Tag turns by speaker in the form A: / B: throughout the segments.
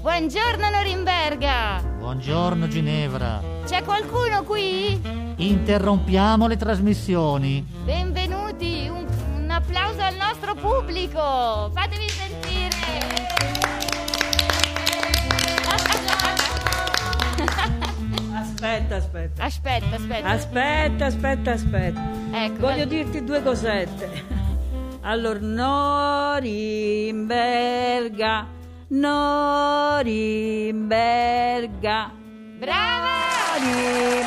A: Buongiorno Norimberga!
B: Buongiorno Ginevra.
A: C'è qualcuno qui?
B: Interrompiamo le trasmissioni.
A: Benvenuti! Un, un applauso al nostro pubblico! Fatevi sentire!
C: Aspetta, aspetta.
A: Aspetta, aspetta.
C: Aspetta, aspetta, aspetta.
A: Ecco,
C: Ah, Voglio
A: va-
C: dirti due cosette. Allora, Norimberga, Norimberga,
A: Brava!
C: Norimberga.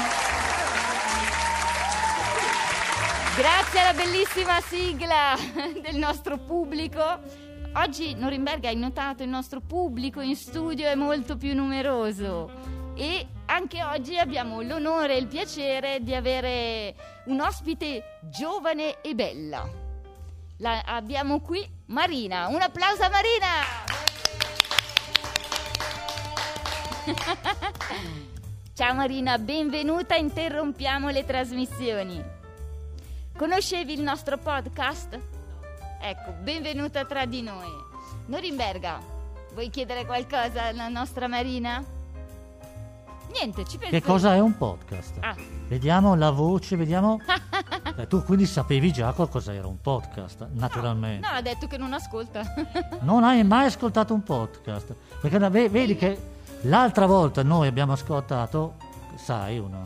A: Grazie alla bellissima sigla del nostro pubblico. Oggi Norimberga hai notato il nostro pubblico in studio è molto più numeroso e anche oggi abbiamo l'onore e il piacere di avere un ospite giovane e bella. La abbiamo qui Marina. Un applauso a Marina! Ciao Marina, benvenuta, a interrompiamo le trasmissioni. Conoscevi il nostro podcast? Ecco, benvenuta tra di noi. Norimberga, vuoi chiedere qualcosa alla nostra Marina? Niente, ci penso.
B: Che
A: io.
B: cosa è un podcast?
A: Ah,
B: Vediamo la voce, vediamo. Eh, tu quindi sapevi già qualcosa era un podcast,
A: no,
B: naturalmente.
A: ha detto che non ascolta.
B: Non hai mai ascoltato un podcast. Perché la ve- vedi che l'altra volta noi abbiamo ascoltato, sai, una,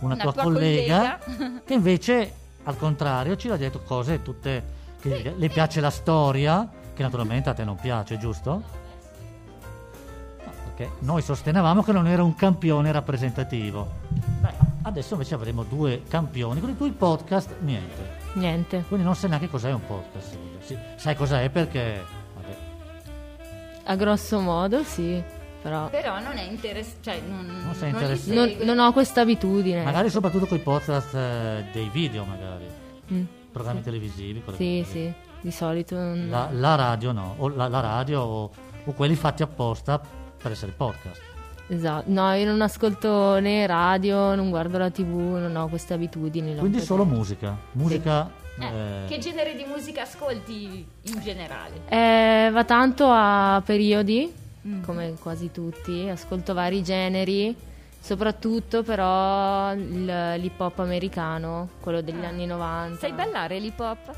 B: una tua, collega, che invece al contrario ci ha detto cose tutte che le piace la storia, che naturalmente a te non piace, giusto? No, Perché noi sostenevamo che non era un campione rappresentativo. Beh, adesso invece avremo due campioni, con i cui podcast niente.
D: Niente.
B: Quindi non sai neanche cos'è un podcast. Silvia. Sì, sai cos'è perché... vabbè.
D: A grosso modo sì, però
A: Però non è interessante. Cioè, non,
B: Non sei
A: li
B: interessato.
D: non,
A: segue.
D: non ho questa abitudine.
B: Magari soprattutto con i podcast eh, dei video, magari.
D: Mm.
B: Programmi
D: Sì.
B: televisivi. cose
D: Sì, Mm.
B: così.
D: sì, di solito. non-
B: La, la radio no, o la, la radio o, o quelli fatti apposta per essere podcast.
D: Esatto. No, io non ascolto né radio, non guardo la tv, non ho queste abitudini. l'ho
B: Quindi solo
D: proprio-
B: musica. Musica...
A: Eh,
B: eh,
A: Che genere di musica ascolti in generale?
D: Eh, va tanto a periodi,
A: Mm.
D: come quasi tutti, ascolto vari generi, soprattutto però il- l'hip hop americano, quello degli
A: Ah.
D: anni 90.
A: Sai ballare l'hip hop?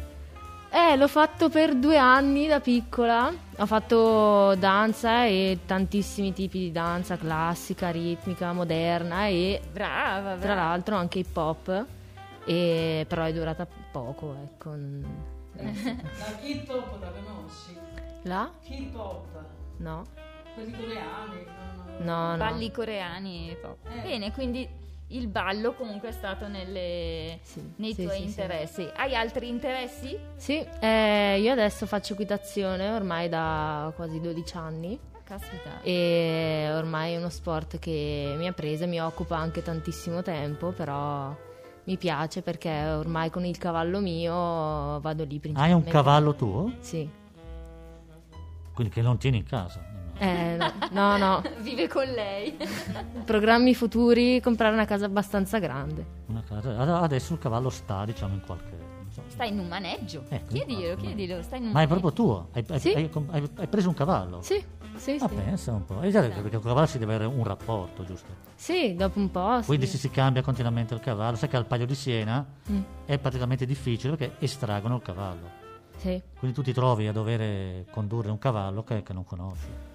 D: Eh, l'ho fatto per due anni da piccola. Ho fatto danza e tantissimi tipi di danza, classica, ritmica, moderna e
A: Brava, brava.
D: tra l'altro anche hip hop. E- Però è durata poco, ecco. Eh, non-
C: La hip hop la conosci?
D: La?
C: Hip hop,
D: No.
C: quelli coreani.
D: No, no.
A: balli coreani e pop.
C: Eh.
A: Bene, quindi il ballo comunque è stato nelle-
D: Sì,
A: nei
D: sì,
A: tuoi
D: sì, sì.
A: interessi. Hai altri interessi?
D: Sì, eh, io adesso faccio equitazione ormai da quasi 12 anni.
A: Caspita.
D: E ormai è uno sport che mi ha preso e mi occupa anche tantissimo tempo, però mi piace perché ormai con il cavallo mio vado
B: hai
D: lì
B: un
D: principalmente.
B: cavallo tuo?
D: Sì.
B: Quindi che non tieni in casa. immagino.
D: Eh, no, no, no.
A: Vive con lei.
D: Programmi futuri, comprare una casa abbastanza grande.
B: Una casa- ad- Adesso il cavallo sta, diciamo, in qualche... non so.
A: Sta in un maneggio.
D: Eh,
B: Ecco,
A: chiedilo,
B: infatti,
A: chiedilo. Sta in un
B: Ma è
A: maneggio.
B: proprio tuo? Hai, hai-
D: Sì.
B: hai- hai- hai preso un cavallo?
D: Sì, sì,
B: Ma
D: sì.
B: pensa un po'. E già detto, perché con il cavallo si deve avere un rapporto, giusto?
D: Sì, dopo un po'. sì.
B: Quindi se si cambia continuamente il cavallo, sai che al Palio di Siena
D: Mm,
B: è praticamente difficile perché estraggono il cavallo.
D: sì.
B: Quindi tu ti trovi a dover condurre un cavallo che, che non conosci.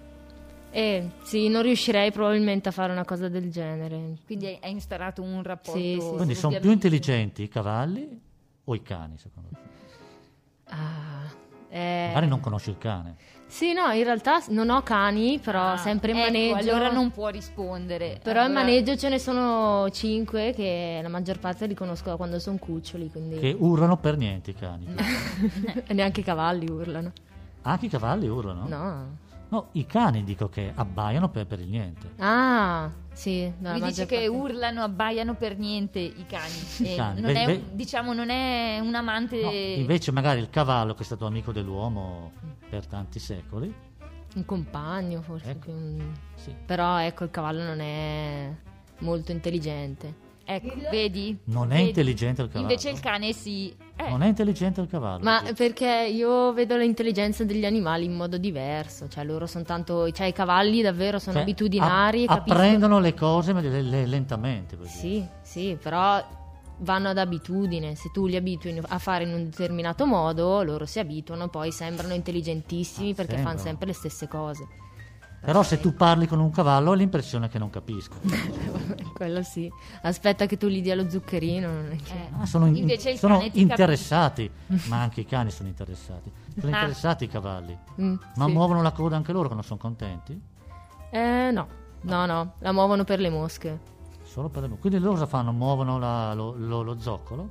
D: Eh, sì, non riuscirei probabilmente a fare una cosa del genere.
A: Quindi hai- hai instaurato un rapporto.
D: Sì, sì, sì.
B: Quindi sono più
A: ovviamente.
B: intelligenti i cavalli o i cani, secondo me.
D: Ah, eh,
B: Magari non conosci il cane.
D: Sì, no, in realtà s- non ho cani, però
A: Ah,
D: sempre in
A: ecco,
D: maneggio.
A: Allora non può rispondere.
D: Però in
A: Allora-
D: maneggio ce ne sono cinque che la maggior parte li conosco da quando sono cuccioli, quindi
B: Che urlano per niente i cani.
D: E neanche i cavalli urlano.
B: Anche i cavalli urlano?
D: No.
B: No, i cani dico che abbaiano per, per il niente.
D: Ah, sì. no, la
A: Mi dice
D: maggior
A: che
D: parte-
A: urlano, abbaiano per niente i cani.
B: I
A: Eh,
B: cani,
A: Non
B: beh,
A: è,
B: beh-
A: un- diciamo, non è un amante.
B: No, invece magari il cavallo che è stato amico dell'uomo per tanti secoli,
D: Un compagno forse.
B: Ecco.
D: più un-
B: sì,
D: Però ecco, il cavallo non è molto intelligente.
A: Ecco, vedi?
B: Non è
A: Vedi?
B: intelligente il cavallo.
A: Invece il cane sì. Eh,
B: Non è intelligente il cavallo.
D: Ma
B: Sì.
D: perché io vedo l'intelligenza degli animali in modo diverso, cioè loro sono tanto, cioè i cavalli davvero sono
B: Cioè,
D: abitudinari, e
B: app-
D: capiscono-
B: Apprendono le cose ma le- le- lentamente. per dire.
D: Sì, sì, però vanno ad abitudine, se tu li abitui a fare in un determinato modo, loro si abituano, poi sembrano intelligentissimi
B: Ah,
D: perché
B: sembrano.
D: fanno sempre le stesse cose.
B: Però se tu parli con un cavallo ho l'impressione che non capisco.
D: Quello sì. Aspetta che tu gli dia lo zuccherino, non è che-
A: eh.
B: Ah, sono in-
A: Invece il
B: sono
A: cane ti
B: interessati, ma anche i cani sono interessati. Sono
A: Ah.
B: interessati i cavalli.
D: Mm,
B: Ma
D: sì.
B: muovono la coda anche loro quando sono contenti?
D: Eh, no. No, no, la muovono per le mosche.
B: Solo per le- Quindi loro cosa fanno? Muovono la- lo, lo- lo zoccolo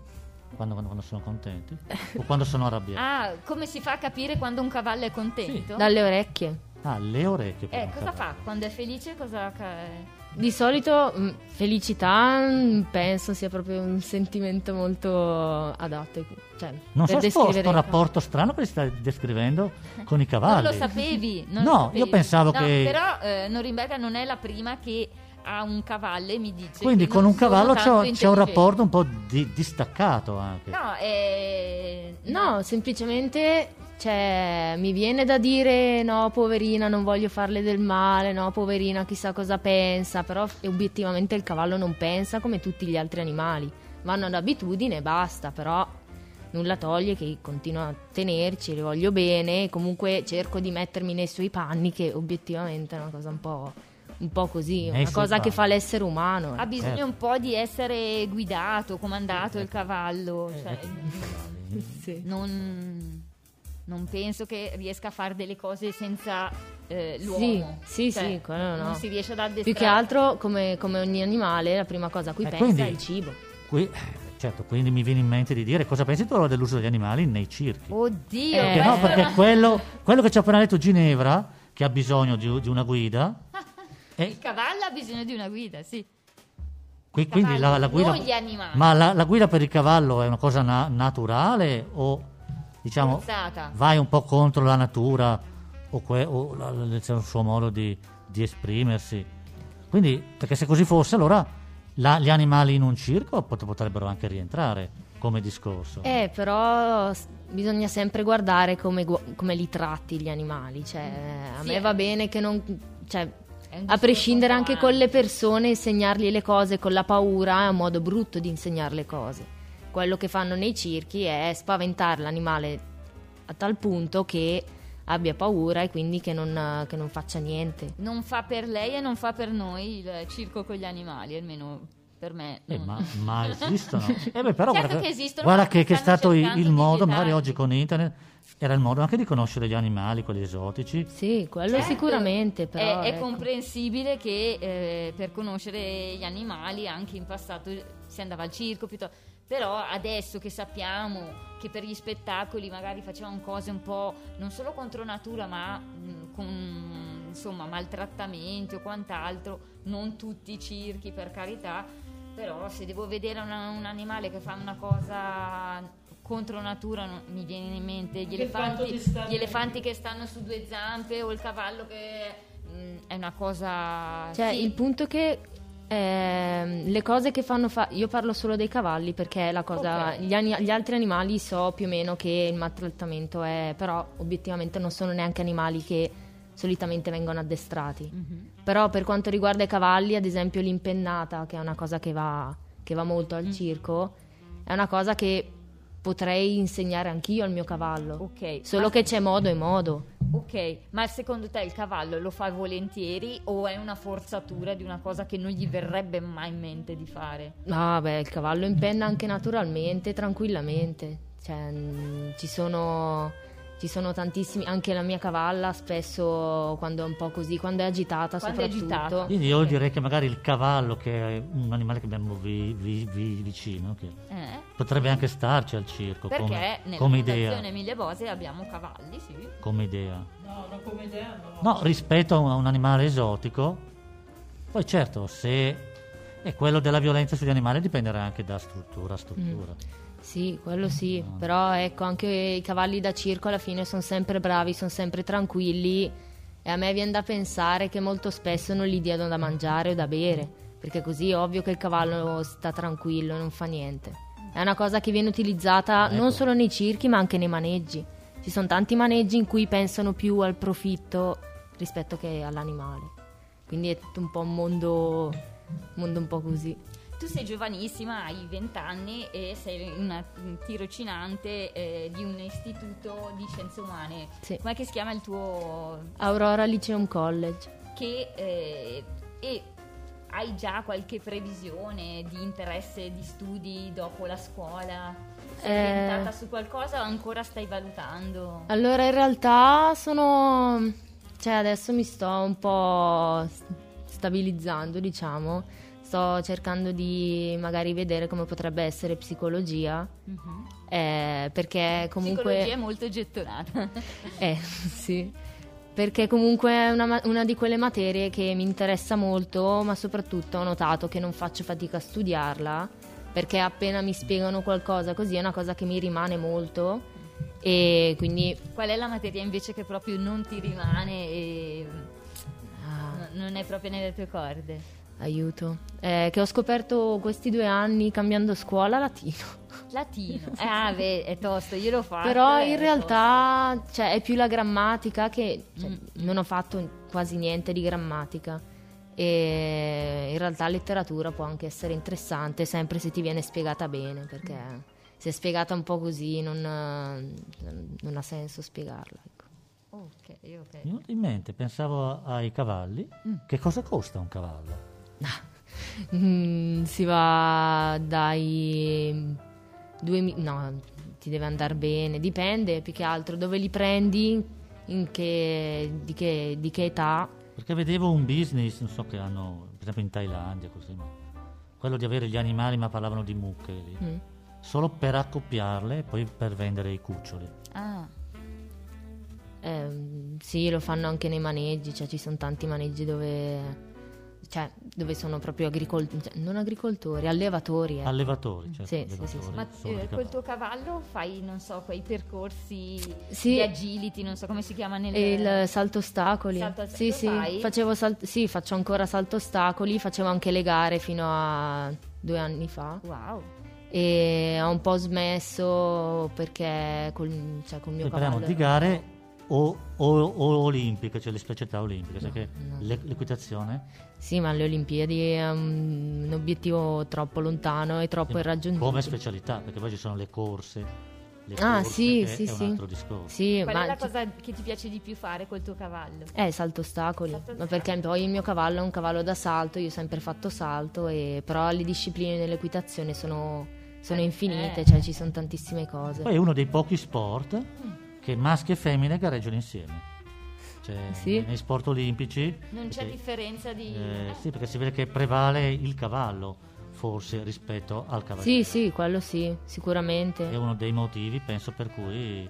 B: quando, quando- quando sono contenti? O quando sono arrabbiati?
A: Ah, come si fa a capire quando un cavallo è contento?
D: Dalle orecchie.
B: Ah, le orecchie. per
A: Eh,
B: un
A: cosa
B: cavallo.
A: fa? Quando è felice cosa... ca- eh?
D: Di solito mh, felicità mh, penso sia proprio un sentimento molto adatto. Cioè,
B: Non
D: per
B: so se questo
D: descrivere
B: un rapporto strano che stai descrivendo con i
A: Non
B: cavalli.
A: lo sapevi? Non
B: No,
A: lo sapevi.
B: io pensavo
A: No,
B: che-
A: Però eh, Norimberga non è la prima che ha un cavallo e mi dice...
B: Quindi
A: che
B: con
A: non
B: un
A: sono
B: cavallo c'è,
A: tanto
B: c'è un
A: intelligente.
B: rapporto un po' di- distaccato anche.
A: No, eh,
D: No, semplicemente cioè, mi viene da dire no, poverina, non voglio farle del male, no, poverina, chissà cosa pensa, però f- obiettivamente il cavallo non pensa come tutti gli altri animali, vanno ad abitudine e basta, però nulla toglie che continuo a tenerci, le voglio bene, e comunque cerco di mettermi nei suoi panni, che obiettivamente è una cosa un po', un po' così,
B: Nei
D: una
B: suoi
D: cosa che
B: panni.
D: fa l'essere umano.
A: Ha
D: eh.
A: bisogno
B: certo.
A: un po' di essere guidato, comandato il cavallo.
B: Eh,
A: cioè,
B: eh, i cavalli.
D: Sì.
A: non, non penso che riesca a fare delle cose senza eh, l'uomo.
D: Sì, sì,
A: Cioè,
D: sì, quello no.
A: Non si riesce ad addestrare.
D: Più che altro, come, come ogni animale, la prima cosa a cui
B: Eh,
D: pensa
B: quindi-
D: è il cibo.
B: Qui, eh, certo, quindi mi viene in mente di dire cosa pensi tu allora dell'uso degli animali nei
A: Oh,
B: circhi?
A: Oddio,
D: Eh,
B: perché no,
A: questo-
B: perché quello, quello che ci ha appena detto Ginevra, che ha bisogno di, di una guida,
D: eh.
B: e
A: il cavallo ha bisogno di una guida, sì.
B: qui- quindi la, la guida...
A: Non gli animali.
B: Ma la, la guida per il cavallo è una cosa na- naturale o diciamo
A: Forzata.
B: vai un po' contro la natura o, que- o la- la- c'è un suo modo di, di esprimersi? Quindi, perché se così fosse, allora la- gli animali in un circo pot- potrebbero anche rientrare come
A: Esatto.
B: discorso.
D: Eh, però s- bisogna sempre guardare come, gu- come li tratti gli animali. Cioè, a
A: Sì,
D: me
A: eh.
D: va bene che non. Cioè,
A: È un
D: a
A: discorso
D: prescindere
A: un po'
D: anche con le persone, insegnargli le cose con la paura è un modo brutto di insegnare le cose. Quello che fanno nei circhi è spaventare l'animale a tal punto che abbia paura e quindi che non, che non faccia niente.
A: Non fa per lei e non fa per noi il circo con gli animali, almeno per me.
B: Eh,
A: non-
B: ma, ma esistono. Eh beh, però
A: Certo
B: guarda,
A: che esistono,
B: guarda
A: ma
B: che, che è
A: stanno
B: stato il,
A: cercando di
B: modo,
A: vietarli.
B: magari oggi con internet, era il modo anche di conoscere gli animali, quelli esotici.
D: Sì, quello
A: Certo,
D: sicuramente, però.
A: è, è
D: ecco.
A: comprensibile che eh, per conoscere gli animali anche in passato si andava al circo piuttosto- però adesso che sappiamo che per gli spettacoli magari facevano cose un po' non solo contro natura ma mh, con insomma maltrattamenti o quant'altro non tutti i circhi per carità però se devo vedere una- un animale che fa una cosa contro natura non- mi viene in mente gli
C: Che quanto
A: elefanti,
C: ti sta
A: gli elefanti che stanno su due zampe o il cavallo che mm, è una cosa
D: Cioè,
A: sì,
D: il punto è che ehm, le cose che fanno fa- io parlo solo dei cavalli perché la cosa
A: Ok.
D: gli, ani- gli altri animali so più o meno che il maltrattamento è però obiettivamente non sono neanche animali che solitamente vengono addestrati.
A: Mhm.
D: Però per quanto riguarda i cavalli, ad esempio l'impennata, che è una cosa che va, che va molto al
A: Mm.
D: circo, è una cosa che potrei insegnare anch'io al mio cavallo.
A: ok
D: Solo
A: ma,
D: che c'è modo e modo.
A: ok ma secondo te il cavallo lo fa volentieri o è una forzatura di una cosa che non gli verrebbe mai in mente di fare
D: Ah, beh, il cavallo impenna anche naturalmente, tranquillamente. Cioè, mh, ci sono. Ci sono tantissimi, anche la mia cavalla spesso quando è un po' così, quando è agitata
A: Quando è
D: soprattutto.
A: agitata.
B: Quindi io direi che magari il cavallo, che è un animale che abbiamo vi- vi- vi- vicino, che
A: Eh?
B: potrebbe anche starci al circo
A: perché
B: Ecco, come,
A: nella
B: come
A: fondazione
B: idea.
A: Emilia Bose abbiamo cavalli sì
B: Come idea.
C: No, no, come idea no.
B: No, rispetto a un, a un animale esotico, poi certo, se è quello della violenza sugli animali dipenderà anche da struttura a struttura.
D: Sì, quello sì, però ecco, anche i cavalli da circo alla fine sono sempre bravi, sono sempre tranquilli e a me viene da pensare che molto spesso non gli diano da mangiare o da bere, perché così è ovvio che il cavallo sta tranquillo, non fa niente. È una cosa che viene utilizzata
B: Ecco.
D: non solo nei circhi ma anche nei maneggi. Ci sono tanti maneggi in cui pensano più al profitto rispetto che all'animale. Quindi è tutto un po' un mondo, mondo un po' così.
A: Tu sei giovanissima, hai 20 anni e sei una tirocinante eh, di un istituto di scienze umane.
D: Sì.
A: Com'è che si chiama il tuo...
D: Aurora Liceum College.
A: Che, eh, e hai già qualche previsione di interesse di studi dopo la scuola? Sei
D: Eh.
A: orientata su qualcosa o ancora stai valutando?
D: Allora, in realtà sono. cioè, adesso mi sto un po' s- stabilizzando, diciamo. Sto cercando di magari vedere come potrebbe essere psicologia.
A: Mhm.
D: eh, perché comunque.
A: Psicologia è molto gettonata.
D: Eh, sì. Perché comunque è una, ma- una di quelle materie che mi interessa molto, ma soprattutto ho notato che non faccio fatica a studiarla, perché appena mi spiegano qualcosa così è una cosa che mi rimane molto e quindi...
A: Qual è la materia invece che proprio non ti rimane e
D: ah,
A: n- non è proprio nelle tue corde?
D: Aiuto. Eh, che ho scoperto questi due anni cambiando scuola latino.
A: Latino. Ah, beh, è tosto, io l'ho fatto.
D: Però
A: eh,
D: in
A: è
D: realtà cioè, è più la grammatica che cioè,
A: Mm.
D: non ho fatto quasi niente di grammatica. E in realtà letteratura può anche essere interessante, sempre se ti viene spiegata bene, perché
A: Mm.
D: se è spiegata un po' così non, eh, non ha senso spiegarla. ecco.
A: tosto. Ok, ok.
B: Mi è venuto in mente, pensavo ai cavalli. Che cosa costa un cavallo?
D: Mm, si va dai 2000 no ti deve andare bene dipende più che altro dove li prendi in che, di, che, di che età
B: Perché vedevo un business, non so che hanno, per esempio in Thailandia, così, ma quello di avere gli animali, ma parlavano di mucche lì,
D: Mm.
B: solo per accoppiarle e poi per vendere i cuccioli.
A: Ah,
D: Ehm, sì lo fanno anche nei maneggi cioè ci sono tanti maneggi dove cioè, dove sono proprio agricoltori non agricoltori allevatori eh.
B: Allevatori, certo,
D: Sì, sì,
B: allevatori.
D: sì, sì.
A: ma
B: solo
A: eh,
B: di
A: col
B: cavalli.
A: tuo cavallo fai, non so, quei percorsi
D: Sì.
A: di agility, non so come si chiama nel...
D: E il salto ostacoli.
A: Salto ostacoli,
D: sì,
A: lo
D: sì.
A: fai?
D: Facevo sal- sì, faccio ancora salto ostacoli, facevo anche le gare fino a due anni fa
A: Wow.
D: e ho un po' smesso perché col, cioè, col
B: Quindi
D: mio cavallo...
B: Eh, parliamo di gare o, o- o olimpiche, cioè le specialità olimpiche, sai che
D: no.
B: l'e- l'equitazione
D: Sì, ma le Olimpiadi è un, un obiettivo troppo lontano e troppo irraggiungibile.
B: come specialità, perché poi ci sono le corse, le
D: Ah,
B: corse,
D: sì,
B: che
D: sì,
B: è
D: sì.
B: un altro discorso.
D: Sì,
A: Qual
D: ma
A: è la
D: ci-
A: cosa che ti piace di più fare col tuo cavallo?
D: Eh, salto ostacoli,
A: Salto
D: ma
A: ostacoli.
D: perché poi il mio cavallo è un cavallo da salto, io ho sempre fatto salto, e- però le discipline dell'equitazione sono, sono
A: Eh,
D: infinite,
A: eh.
D: cioè ci sono tantissime cose.
B: Poi è uno dei pochi sport
D: Mm.
B: che maschi e femmine gareggiano insieme. Cioè,
D: Sì.
B: nei sport olimpici
A: Non c'è
B: perché-
A: differenza di...
B: eh,
A: eh,
B: sì, perché si vede che prevale il cavallo, forse, rispetto al
D: Sì,
B: cavaliere.
D: sì, quello sì,
B: È
D: sicuramente.
B: uno dei motivi, penso, per cui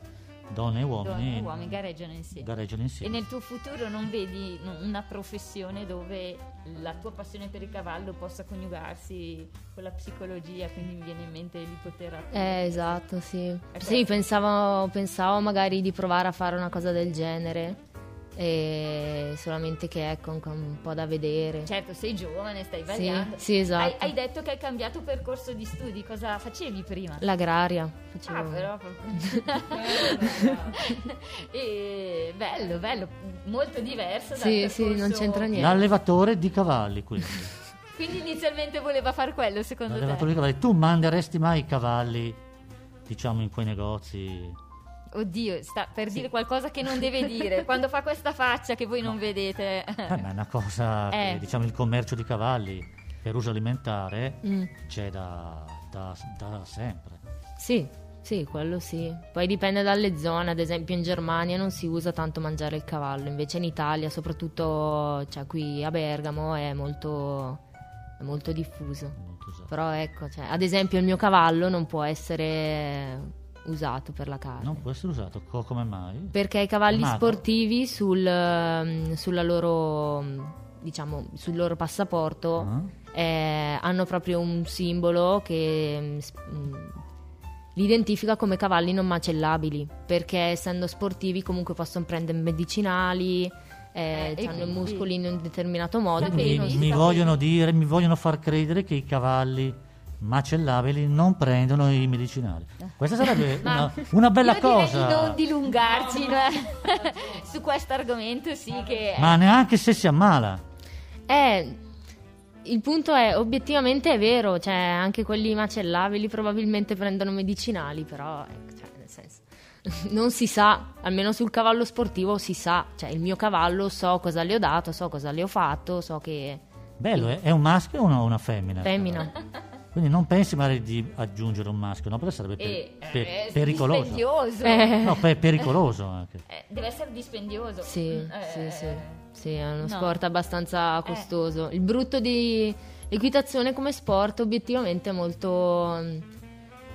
B: donne
A: donne
B: e uomini,
A: e Ah, oh, uomini gareggiano insieme.
B: gareggiano
A: E
B: insieme.
A: nel tuo futuro non vedi n- una professione dove la tua passione per il cavallo possa coniugarsi con la psicologia, quindi mi viene in mente l'ipoterapia.
D: Eh, esatto, sì.
A: Ecco.
D: Sì, pensavo, pensavo magari di provare a fare una cosa del genere, e solamente che ecco, ancora un po' da vedere.
A: Certo, sei giovane, stai
D: Sì,
A: variando.
D: sì,
A: Hai,
D: esatto.
A: hai detto che hai cambiato percorso di studi, cosa facevi prima?
D: L'agraria, facevo...
A: Ah, però E bello, bello, molto diverso dal
D: Sì, sì,
A: percorso-
D: non c'entra niente.
B: L'allevatore di cavalli, quindi.
A: Quindi inizialmente voleva fare quello, secondo
B: L'allevatore
A: te?
B: di cavalli. Tu manderesti mai i cavalli, diciamo, in quei negozi?
A: Oddio, sta per dire qualcosa che non deve dire. Quando fa questa faccia che voi non vedete.
B: Eh, ma è una cosa, che,
A: Eh.
B: diciamo, il commercio di cavalli per uso alimentare
D: Mm.
B: c'è da, da- da sempre.
D: Sì, sì, quello sì. Poi dipende dalle zone, ad esempio in Germania non si usa tanto mangiare il cavallo, invece in Italia, soprattutto cioè, qui a Bergamo, è molto, è molto diffuso.
B: Molto usato.
D: Però ecco, cioè, ad esempio il mio cavallo non può essere usato per la carne.
B: Non può essere usato, co- come mai?
D: Perché i cavalli
B: Magro.
D: sportivi sul, ehm, sulla loro, mm, diciamo, sul loro passaporto
B: Ah.
D: eh, hanno proprio un simbolo che mm, s- mm, li identifica come cavalli non macellabili, perché essendo sportivi comunque possono prendere medicinali, eh,
A: Eh, e
D: hanno i
A: quindi-
D: muscoli in un determinato modo.
A: Sapevi?
D: quindi
B: Mi,
D: non si-
B: mi
A: sta
B: vogliono dire, mi vogliono far credere che i cavalli macellabili non prendono i medicinali. Questa sarebbe
A: Eh. Ma
B: una, una bella
A: Io direi
B: cosa.
A: di non dilungarci no? su questo argomento, sì che
B: Ma neanche se si ammala.
D: Eh, il punto è, obiettivamente è vero, cioè anche quelli macellabili probabilmente prendono medicinali, però eh, cioè, nel senso, non si sa, almeno sul cavallo sportivo si sa, cioè il mio cavallo so cosa le ho dato, so cosa le ho fatto, so che...
B: Bello, eh? è un maschio o una, una femmina?
D: Femmina.
B: Quindi non pensi magari di aggiungere un maschio, no? Perché sarebbe per-
A: eh,
B: per-
A: eh,
B: pericoloso.
A: dispendioso.
D: Eh.
B: No, per- pericoloso anche.
A: Eh, deve essere dispendioso.
D: Sì,
A: Mm, eh,
D: sì, sì.
A: eh,
D: Sì, è uno
A: no. Eh.
D: sport abbastanza costoso. Il brutto di equitazione come sport obiettivamente è molto... mm,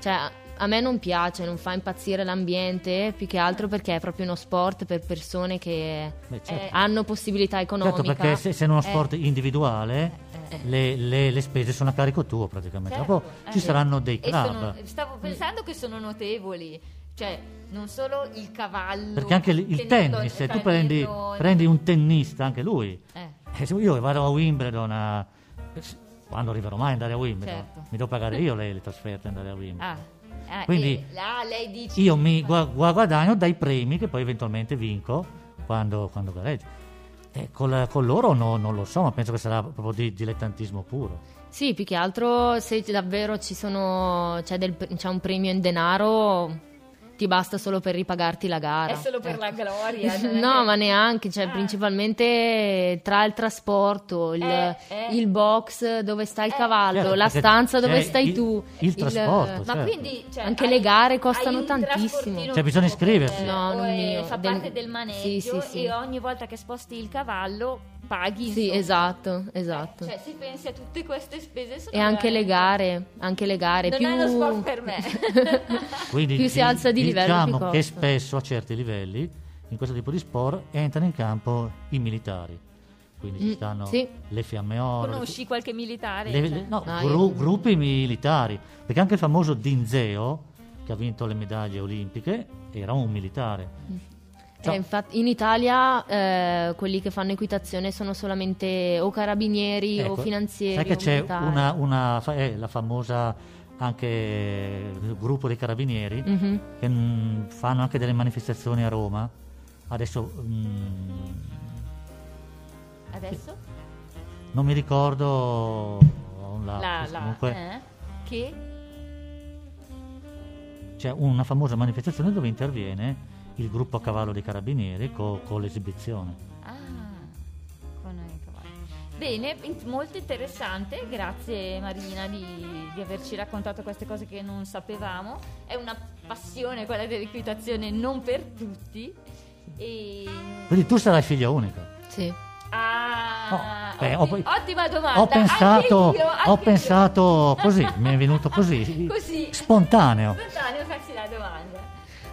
D: Cioè, a me non piace, non fa impazzire l'ambiente, più che altro perché è proprio uno sport per persone che
B: Beh, certo.
A: Eh,
D: hanno possibilità economica.
B: Certo, perché se, se è uno sport individuale,
A: eh,
B: le, le- le spese sono a carico tuo praticamente.
A: certo,
B: Dopo
A: eh.
B: ci saranno dei
A: E
B: club.
A: sono- stavo pensando che sono notevoli, cioè non solo il cavallo.
B: Perché anche il, il
A: tenerlo-
B: tennis, se tu prendi,
A: tenerlo-
B: prendi un tennista, anche lui.
A: cioè, Eh,
B: Eh, se Io vado a Wimbledon, a- quando arriverò mai ad andare a Wimbledon?
A: Certo.
B: Mi devo pagare io le, le trasferte ad andare a Wimbledon.
A: ah, ah,
B: Quindi
A: eh, ah, lei dice
B: Io mi gua- gua- guadagno dai premi che poi eventualmente vinco quando, quando gareggio. Eh, col- con loro no- non lo so, ma penso che sarà proprio di dilettantismo puro.
D: Sì, più che altro se davvero ci sono, c'è, del- c'è un premio in denaro, ti basta solo per ripagarti la gara.
A: è solo per
D: Ecco.
A: la gloria. eh, non è
D: No,
A: che-
D: ma neanche, cioè,
A: Ah.
D: principalmente tra il trasporto, il,
A: Eh, eh.
D: il box dove sta il
A: Eh.
D: cavallo,
B: Certo,
D: la
B: perché
D: stanza dove
B: c'è
D: stai
B: il-
D: tu,
B: il trasporto,
A: Ma
B: Certo.
A: quindi cioè,
D: Anche
A: hai-
D: le gare costano
A: hai un
D: tantissimo.
A: trasportino
B: Cioè, bisogna
A: tuo,
B: iscriversi.
A: eh,
D: No,
A: o
D: non
A: è-
D: mio,
A: Fa
D: del-
A: parte del
D: sì,
A: maneggio
D: sì, sì.
A: e ogni volta che sposti il cavallo paghi.
D: Sì,
A: insomma.
D: esatto, esatto.
A: Cioè, se pensi a tutte queste spese sono
D: e anche le
A: veramente-
D: gare, anche le gare.
A: Non
D: più...
A: è uno sport per me.
B: Quindi
D: Più si alza di livello,
B: Diciamo
D: più
B: che
D: costa.
B: spesso a certi livelli, in questo tipo di sport, entrano in campo i militari. Quindi ci
D: Mm,
B: stanno
D: sì.
B: le fiamme oro. le-
A: Conosci qualche militare?
B: le-
A: Cioè,
B: le- no,
D: No,
B: gru-
D: io-
B: gruppi militari. Perché anche il famoso Dinzeo, che ha vinto le medaglie olimpiche, era un militare. Cioè,
D: Eh, infatti, in Italia eh, quelli che fanno equitazione sono solamente o carabinieri
B: Ecco,
D: o finanzieri.
B: Sai
D: o
B: che c'è
D: militari.
B: una, una fa- eh, la famosa anche eh, il gruppo dei carabinieri
D: Mhm.
B: che mm, fanno anche delle manifestazioni a Roma. Adesso mm,
A: Adesso?
B: non mi ricordo ho un
A: La,
B: lapsus,
A: la-
B: comunque
A: eh? Che?
B: c'è una famosa manifestazione dove interviene il gruppo a cavallo dei carabinieri co- con l'esibizione.
A: Ah, con i cavalli. Bene, in- molto interessante, grazie Marina di, di averci raccontato queste cose che non sapevamo. È una passione quella dell'equitazione, non per tutti. E...
B: Quindi tu sarai figlia unica.
D: Sì.
A: Ah,
B: No, beh, Oh, eh, ho-
A: otti- ottima domanda.
B: Ho pensato,
A: Anche io, anche
B: ho
A: io.
B: pensato così, mi è venuto così,
A: Così.
B: spontaneo.
A: Spontaneo farsi la domanda.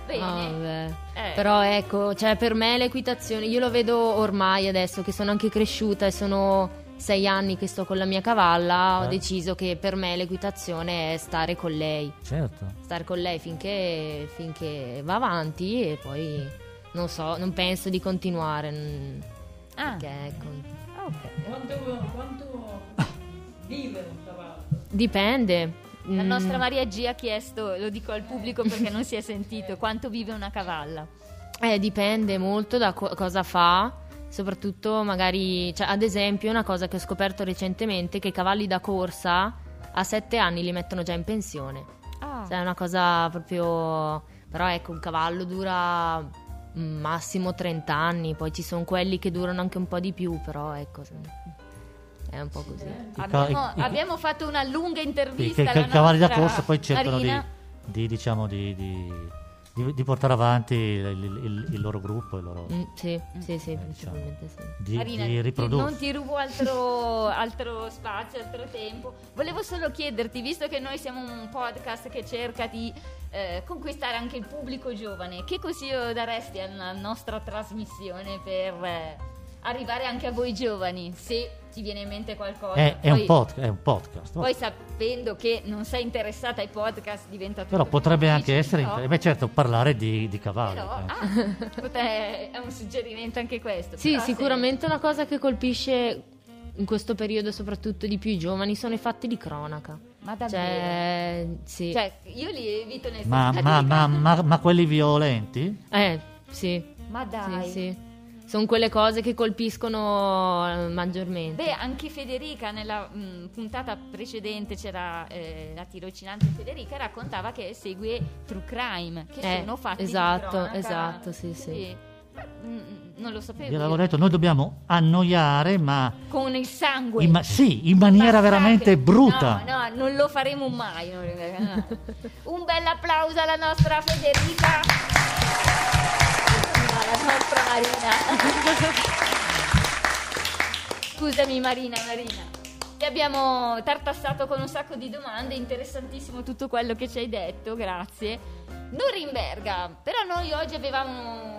D: Ah,
A: Bene.
D: vabbè.
A: Eh.
D: Però ecco, cioè per me l'equitazione, io lo vedo ormai adesso che sono anche cresciuta e sono sei anni che sto con la mia cavalla,
B: Eh.
D: ho deciso che per me l'equitazione è stare con lei,
B: Certo.
D: stare con lei finché, finché va avanti e poi non so, non penso di continuare. mm,
A: Ah,
D: perché, ecco,
A: ok.
C: Quanto, quanto vive un cavallo?
D: dipende.
A: La
D: Mm,
A: nostra Maria G ha chiesto, lo dico al pubblico perché non si è sentito, quanto vive una cavalla.
D: Eh, dipende molto da co- cosa fa, soprattutto magari, cioè, ad esempio, una cosa che ho scoperto recentemente è che i cavalli da corsa a sette anni li mettono già in pensione.
A: Ah,
D: Cioè, è una cosa proprio. Però ecco, un cavallo dura mm, massimo 30 anni, poi ci sono quelli che durano anche un po' di più, però ecco. È un po' così.
A: abbiamo,
B: I ca- i-
A: abbiamo fatto una lunga
B: Sì,
A: intervista.
B: che, che
A: alla
B: i cavalli da
A: nostra
B: corsa poi cercano di,
A: Marina.
B: di, diciamo, di, di- di- di portare avanti il, il- il- il loro gruppo, il loro-
D: Mm, sì, sì, sì,
B: diciamo.
D: principalmente sì.
B: di,
A: Mm. Marina,
B: di
A: ti-
B: riprodursi.
A: non ti rubo altro, altro spazio, altro tempo. Volevo solo chiederti, visto che noi siamo un podcast che cerca di eh, conquistare anche il pubblico giovane, che consiglio daresti alla nostra trasmissione per eh, arrivare anche a voi giovani, se ti viene in mente qualcosa.
B: È, Eh, è
A: poi,
B: un, pod- è un podcast.
A: poi sapendo che non sei interessata ai podcast diventa tutto
B: Però
A: più
B: potrebbe anche
A: difficile,
B: essere.
A: no?
B: inter- Beh, certo, parlare di, di cavalli.
A: Però,
B: eh.
A: ah, potè- è un suggerimento anche questo.
D: Sì,
A: però se-
D: sicuramente una cosa che colpisce in questo periodo soprattutto di più i giovani sono i fatti di cronaca.
A: Ma davvero?
D: Cioè, sì.
A: Cioè, io li evito nel
B: Ma,
A: senso-
B: ma- ma- ma- ma quelli violenti?
D: Eh, sì.
A: Ma dai.
D: Sì, sì. Sono quelle cose che colpiscono eh, maggiormente.
A: Beh, anche Federica nella mm, puntata precedente c'era eh, la tirocinante Federica raccontava che segue True Crime, che
D: Eh,
A: sono fatti
D: esatto,
A: di cronaca.
D: esatto, sì,
A: Quindi,
D: sì.
A: ma, mm, non lo sapevo.
B: Io
A: io.
B: l'avevo detto, noi dobbiamo annoiare, ma
A: Con il sangue.
B: in, ma- sì, in maniera
A: Massacre.
B: veramente brutta.
A: No, no, non lo faremo mai. non- no. Un bel applauso alla nostra Federica. Alla nostra Marina. Scusami Marina, Marina. Ti abbiamo tartassato con un sacco di domande, interessantissimo tutto quello che ci hai detto, grazie. Norimberga, però noi oggi avevamo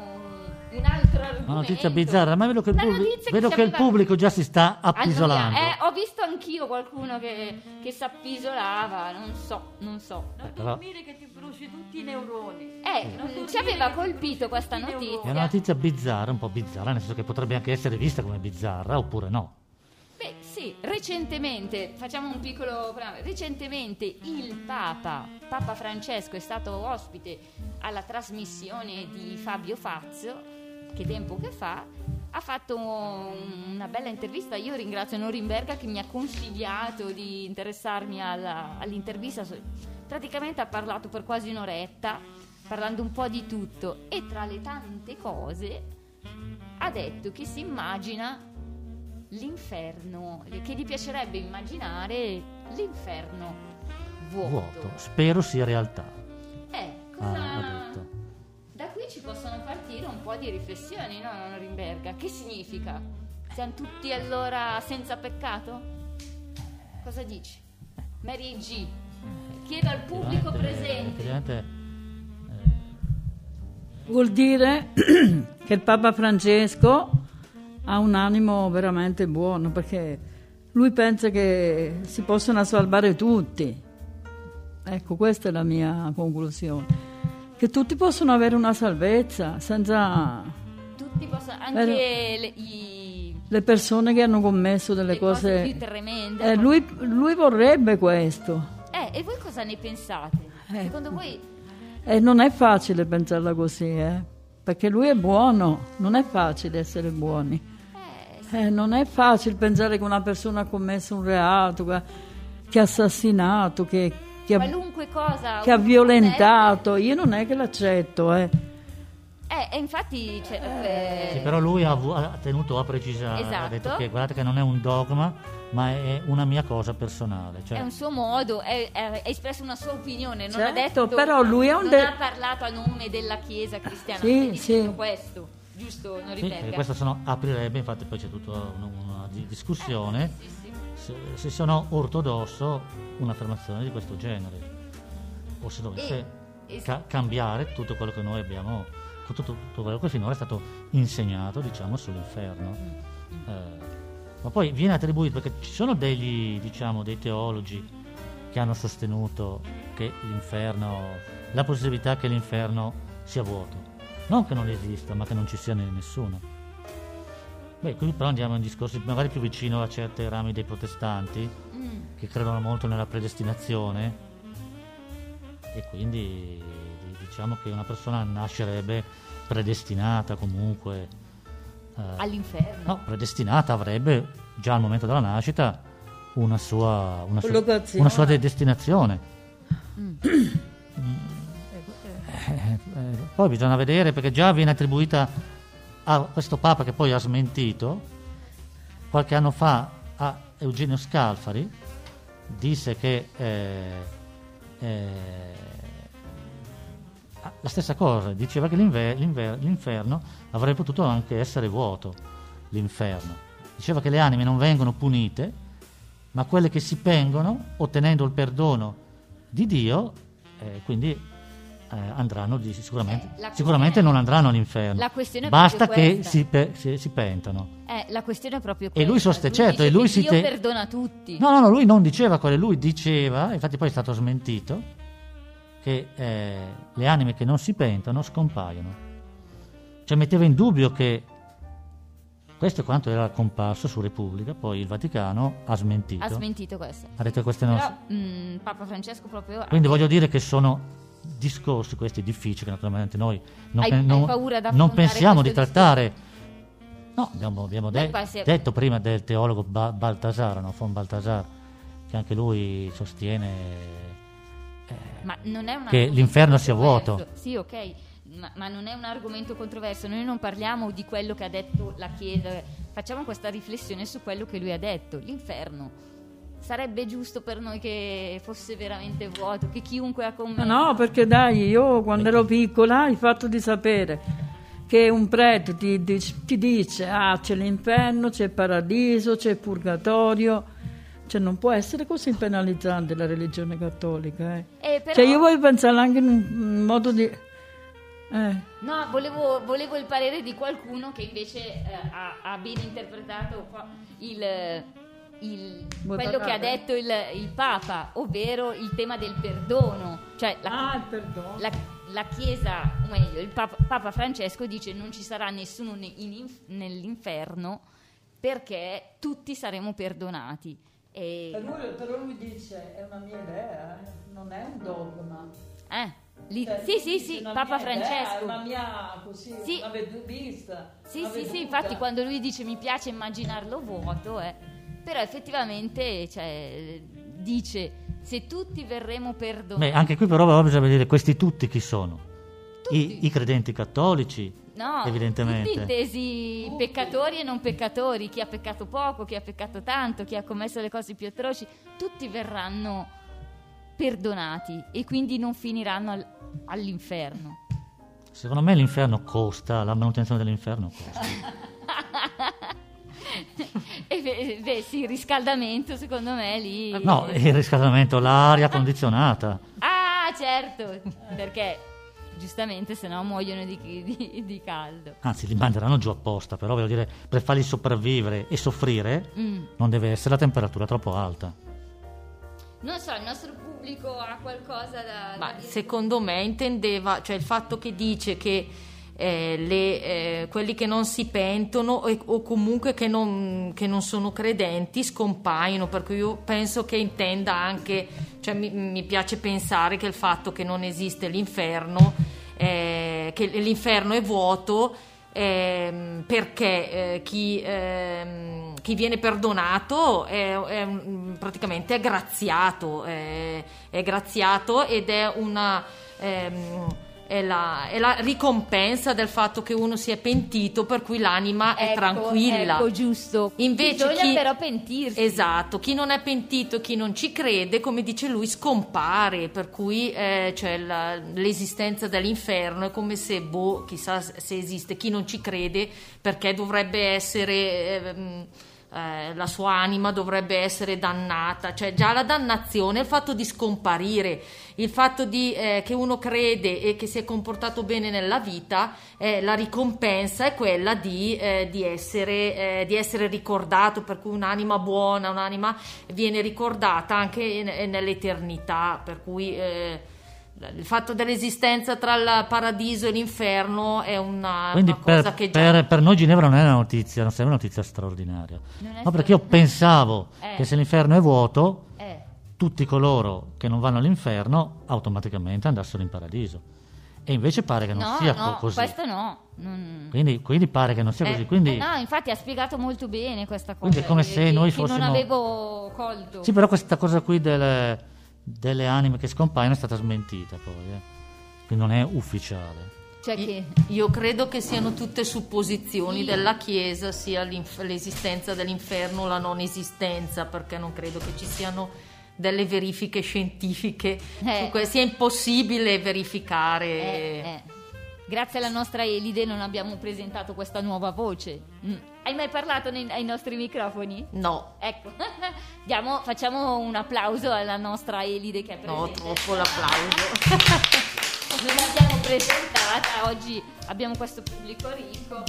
A: un altro argomento.
B: Una notizia bizzarra, ma vedo che il,
A: Una
B: pubblic-
A: notizia che
B: vedo
A: ci
B: che il
A: aveva-
B: pubblico già si sta appisolando.
A: Annoia- eh, ho visto anch'io qualcuno che, che si appisolava, non so, non so.
C: Non
B: Però-
C: dormire che ti bruci tutti i neuroni.
A: Eh,
C: Non
A: mm,
C: dormire
A: ci aveva
C: che
A: colpito
C: tutti
A: questa
C: i neuroni.
B: È una
A: notizia.
B: notizia bizzarra, un po' bizzarra, nel senso che potrebbe anche essere vista come bizzarra oppure no.
A: Beh, sì, recentemente, facciamo un piccolo... Recentemente il Papa, Papa Francesco, è stato ospite alla trasmissione di Fabio Fazio, che tempo che fa, ha fatto un- una bella intervista. Io ringrazio Norimberga che mi ha consigliato di interessarmi alla- all'intervista. So- Praticamente ha parlato per quasi un'oretta, parlando un po' di tutto e tra le tante cose ha detto che si immagina l'inferno, che gli piacerebbe immaginare l'inferno vuoto.
B: Vuoto. Spero sia realtà.
A: Eh,
B: Ah,
A: cosa...
B: ha detto.
A: Da qui ci possono partire un po' di riflessioni, no, Norimberga? Che significa? Siamo tutti allora senza peccato? Cosa dici? Mary G. Chiedo al pubblico presente.
B: Effettivamente-
C: Vuol dire che il Papa Francesco ha un animo veramente buono perché lui pensa che si possano salvare tutti. Ecco, questa è la mia conclusione. Che tutti possono avere una salvezza senza
A: Tutti possono. Anche
C: Vero.
A: le- i.
C: le persone che hanno commesso delle
A: le cose
C: cose...
A: più tremende.
C: Eh, lui, lui vorrebbe questo.
A: Eh, e voi cosa ne pensate?
C: Eh.
A: Secondo voi
C: E non è facile pensarla così, eh? perché lui è buono, non è facile essere buoni.
A: eh,
C: Eh, non è facile pensare che una persona ha commesso un reato, che ha, che ha assassinato, che, che ha,
A: qualunque cosa.
C: che ha violentato. Io non è che l'accetto, eh.
A: Eh, e infatti. Cioè,
B: Sì,
A: eh,
B: però lui ha, vu- ha tenuto a precisare,
A: Esatto.
B: ha detto che guardate che non è un dogma, ma è una mia cosa personale. Cioè,
A: È un suo modo, è- è- ha espresso una sua opinione, non ha
C: Certo,
A: detto.
C: però lui è un
A: non
C: de-
A: ha Ah, parlato a nome della Chiesa cristiana.
C: Sì,
A: stai dicendo
C: sì.
A: questo, giusto? Non
B: sì, perché
A: ripeto.
B: questo sono, aprirebbe, infatti poi c'è tutta una, una di- discussione,
A: Eh, Sì, sì.
B: se, se sono ortodosso un'affermazione di questo genere, o se dovesse
A: E- e-
B: ca- cambiare tutto quello che noi abbiamo, tutto, tutto quello che finora è stato insegnato, diciamo, sull'inferno.
A: Mm.
B: Eh, ma poi viene attribuito, perché ci sono degli, diciamo, dei teologi che hanno sostenuto che l'inferno, la possibilità che l'inferno sia vuoto. Non che non esista, ma che non ci sia ne- nessuno. Beh, qui però andiamo in discorsi magari più vicino a certi rami dei protestanti
A: Mm.
B: che credono molto nella predestinazione e quindi di- diciamo che una persona nascerebbe predestinata comunque. eh,
A: All'inferno.
B: No, predestinata avrebbe già al momento della nascita una sua, una sua,
C: Collocazione.
B: una sua de- destinazione. Mm. Eh, eh, poi bisogna vedere perché già viene attribuita a questo Papa che poi ha smentito qualche anno fa a Eugenio Scalfari disse che eh, eh, la stessa cosa, diceva che l'inver- l'inver- l'inferno avrebbe potuto anche essere vuoto, l'inferno. Diceva che le anime non vengono punite, ma quelle che si pengono, ottenendo il perdono di Dio, eh, quindi eh, andranno di- sicuramente,
A: Eh, la-
B: sicuramente non andranno all'inferno.
A: La questione è
B: Basta
A: proprio
B: che
A: questa.
B: si, pe- si- si pentano.
A: Eh, la questione è proprio
B: E
A: questa.
B: lui soste- certo,
A: dice
B: e lui
A: che
B: si
A: Dio
B: te-
A: perdona tutti.
B: No, no, no, lui non diceva quello, lui diceva, infatti poi è stato smentito, che eh, le anime che non si pentono scompaiono. Cioè metteva in dubbio che questo è quanto era comparso su Repubblica, poi il Vaticano ha smentito.
A: Ha smentito questo.
B: Ha detto che queste certo. non...
A: Però mh, Papa Francesco proprio
B: Quindi voglio dire che sono discorsi questi difficili che naturalmente noi non,
A: Hai-
B: pe-
A: hai
B: non-
A: paura ad
B: non
A: affrontare
B: pensiamo di
A: questo
B: trattare. No, abbiamo, abbiamo
A: Beh,
B: de-
A: qua si è-
B: detto prima del teologo Ba- Baltasar, no? von Baltasar, che anche lui sostiene... eh,
A: Ma non è un
B: Che
A: argomento
B: l'inferno sia
A: controverso.
B: vuoto.
A: Sì, ok, ma, ma non è un argomento controverso. Noi non parliamo di quello che ha detto la Chiesa. Facciamo questa riflessione su quello che lui ha detto. L'inferno sarebbe giusto per noi che fosse veramente vuoto, che chiunque ha
C: Ma
A: commesso.
C: no, perché dai, io quando ero piccola il fatto di sapere che un prete ti, ti- ti dice ah c'è l'inferno, c'è il paradiso, c'è il purgatorio, cioè non può essere così penalizzante la religione cattolica. eh.
A: Eh, però-
C: Cioè io voglio pensare anche in un- un modo di... eh.
A: No, volevo, volevo il parere di qualcuno che invece eh, ha, ha ben interpretato qua- il, il-
C: Buona
A: quello che ha
C: tarda.
A: detto il, il Papa, ovvero il tema del perdono. Cioè, la,
C: Ah, il perdono.
A: la, la Chiesa, o meglio, il Papa, Papa Francesco dice non ci sarà nessuno ne- in inf- nell'inferno perché tutti saremo perdonati. E,
C: Per lui- Però lui dice, è una mia idea, eh, non è un dogma.
A: eh, lì-
C: Cioè,
A: sì, sì,
C: dice,
A: sì,
C: una
A: Papa
C: mia idea,
A: Francesco.
C: è una mia, così,
A: Sì.
C: una vedu- vista,
A: Sì,
C: una
A: sì,
C: veduta.
A: sì, infatti quando lui dice mi piace immaginarlo vuoto, eh, però effettivamente cioè, dice se tutti verremo perdonati,
B: Beh, anche qui però bisogna vedere questi tutti chi sono.
A: Tutti.
B: I, i credenti cattolici,
A: no,
B: evidentemente.
A: tutti intesi peccatori e non peccatori, chi ha peccato poco, chi ha peccato tanto, chi ha commesso le cose più atroci, tutti verranno perdonati e quindi non finiranno al- all'inferno.
B: Secondo me l'inferno costa, la manutenzione dell'inferno costa.
A: e beh, beh, sì, il riscaldamento secondo me lì...
B: Ah, No, eh. il riscaldamento, l'aria condizionata.
A: Ah, certo, perché giustamente se no muoiono di, di- di caldo.
B: Anzi, li manderanno giù apposta, però voglio dire, per farli sopravvivere e soffrire
A: Mm.
B: non deve essere la temperatura troppo alta.
A: Non so, il nostro pubblico ha qualcosa da, da
E: Ma
A: dire?
E: secondo me intendeva, cioè il fatto che dice che eh, le, eh, quelli che non si pentono e- o comunque che non, che non sono credenti scompaiono, per cui io penso che intenda anche, cioè mi, mi piace pensare che il fatto che non esiste l'inferno, eh, che l'inferno è vuoto ehm, perché eh, chi, ehm, chi viene perdonato è, è un- praticamente è graziato, è, è graziato ed è una... ehm, è la, è la ricompensa del fatto che uno si è pentito, per cui l'anima è
A: Ecco,
E: tranquilla.
A: Ecco, giusto.
E: Invece
A: Bisogna
E: chi-
A: però pentirsi.
E: Esatto, chi non è pentito e chi non ci crede, come dice lui, scompare, per cui eh, cioè, la- l'esistenza dell'inferno è come se, boh, chissà se esiste, chi non ci crede perché dovrebbe essere, ehm, eh, la sua anima dovrebbe essere dannata, cioè già la dannazione, il fatto di scomparire, il fatto di, eh, che uno crede e che si è comportato bene nella vita, eh, la ricompensa è quella di, eh, di essere, eh, di essere ricordato, per cui un'anima buona, un'anima viene ricordata anche in- eh, nell'eternità, per cui eh, il fatto dell'esistenza tra il paradiso e l'inferno è una,
A: Ah,
B: Quindi
E: una cosa
B: per,
E: che già...
B: per- per noi Ginevra non è una notizia, non sembra una notizia straordinaria.
A: Non è
B: Ma perché io pensavo
A: Eh.
B: che se l'inferno è vuoto,
A: Eh,
B: tutti coloro che non vanno all'inferno automaticamente andassero in paradiso. E invece pare che non
A: no,
B: sia
A: no,
B: co- così.
A: questo no. non-
B: Quindi, quindi pare che non sia
E: Eh,
B: così. Quindi,
A: No, infatti ha spiegato molto bene questa cosa.
B: Quindi è come
A: che-
B: se
A: che-
B: noi
A: che non
B: fossimo-
A: avevo colto.
B: Sì, però questa cosa qui del- delle anime che scompaiono è stata smentita poi, eh. quindi non è ufficiale.
A: Cioè che...
E: Io credo che siano tutte supposizioni della Chiesa, sia l'inf- l'esistenza dell'inferno o la non esistenza, perché non credo che ci siano delle verifiche scientifiche.
A: Eh.
E: Su que- sia impossibile verificare.
A: Eh, eh. Grazie alla nostra Elide non abbiamo presentato questa nuova voce. Mm. Hai mai parlato nei- ai nostri microfoni?
E: No,
A: Ecco, Diamo- facciamo un applauso alla nostra Elide che è
E: no,
A: presente.
E: troppo l'applauso.
A: non l'abbiamo presentata, oggi abbiamo questo pubblico ricco.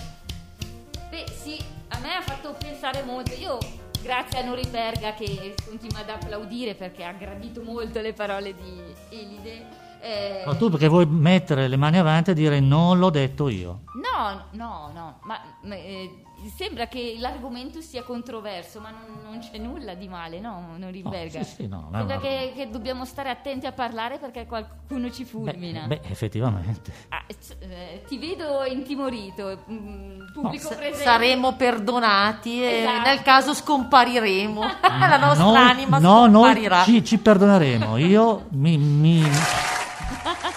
A: Beh sì, a me ha fatto pensare molto, io grazie a Norimberga che continua ad applaudire perché ha gradito molto le parole di Elide. eh,
B: Ma tu perché vuoi mettere le mani avanti e dire non l'ho detto io?
A: No, no, no, ma ma, eh, sembra che l'argomento sia controverso, ma non, non c'è nulla di male, no, Norimberga?
B: No, sì, sì, no, ma-
A: sembra che, che dobbiamo stare attenti a parlare perché qualcuno ci
B: Beh,
A: fulmina.
B: beh, effettivamente.
A: Ah, c- eh, ti vedo intimorito, mm, pubblico presente.
E: Saremo perdonati e
A: Esatto.
E: nel caso scompariremo.
A: Ah,
E: La nostra
B: Ah, Noi-
E: anima
B: no, noi
E: scomparirà.
B: ci, ci perdoneremo. Io mi. mi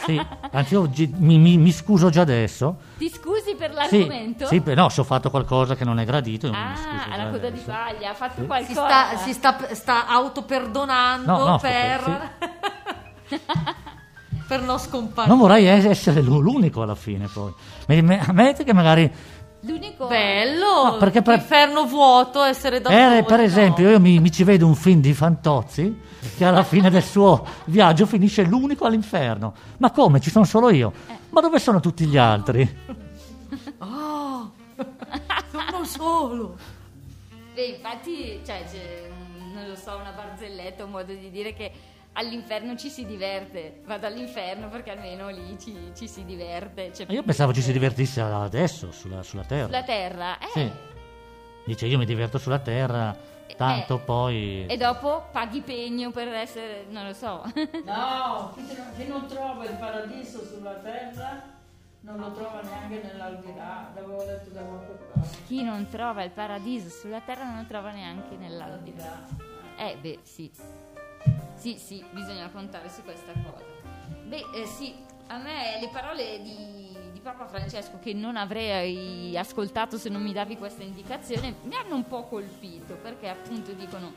B: sì, anzi, io gi- mi, mi- mi scuso già adesso.
A: Ti scusi per
B: Sì,
A: l'argomento?
B: sì, beh, no, se ho fatto qualcosa che non è gradito, io mi scuso
A: Ah,
B: già
A: alla coda di
B: adesso.
A: paglia, ha fatto
B: Sì.
E: Si
A: qualcosa.
E: sta, si sta, sta autoperdonando
B: No, no,
E: per... per non scomparire.
B: Non vorrei es- essere l'u- l'unico alla fine, poi. Mi- mi- Ammetti che magari.
A: L'unico
E: Bello,
B: No, perché per-
E: inferno vuoto essere da
B: Eh,
E: soli,
B: per
E: no?
B: esempio, io mi, mi ci vedo un film di Fantozzi che alla fine del suo viaggio finisce l'unico all'inferno. Ma come? Ci sono solo io.
A: Eh.
B: Ma dove sono tutti gli altri? Eh,
E: Oh, sono solo.
A: Beh, infatti, cioè, c'è, mm, non lo so, una barzelletta, un modo di dire che all'inferno ci si diverte. Vado all'inferno perché almeno lì ci, ci si diverte. Cioè,
B: Ma Io pensavo ci si divertisse adesso sulla, sulla Terra.
A: Sulla terra, eh.
B: Sì. Dice io mi diverto sulla Terra, tanto
A: Eh.
B: poi...
A: E dopo paghi pegno per essere, non lo so.
C: No, chi, te- chi non trova il paradiso sulla terra non lo trova neanche nell'aldilà, l'avevo detto da qualche parte.
A: Chi non trova il paradiso sulla terra non lo trova neanche nell'aldilà. Eh, beh, sì. Sì, sì, bisogna contare su questa cosa. Beh, eh, sì, a me le parole di, di Papa Francesco, che non avrei ascoltato se non mi davi questa indicazione, mi hanno un po' colpito, perché appunto dicono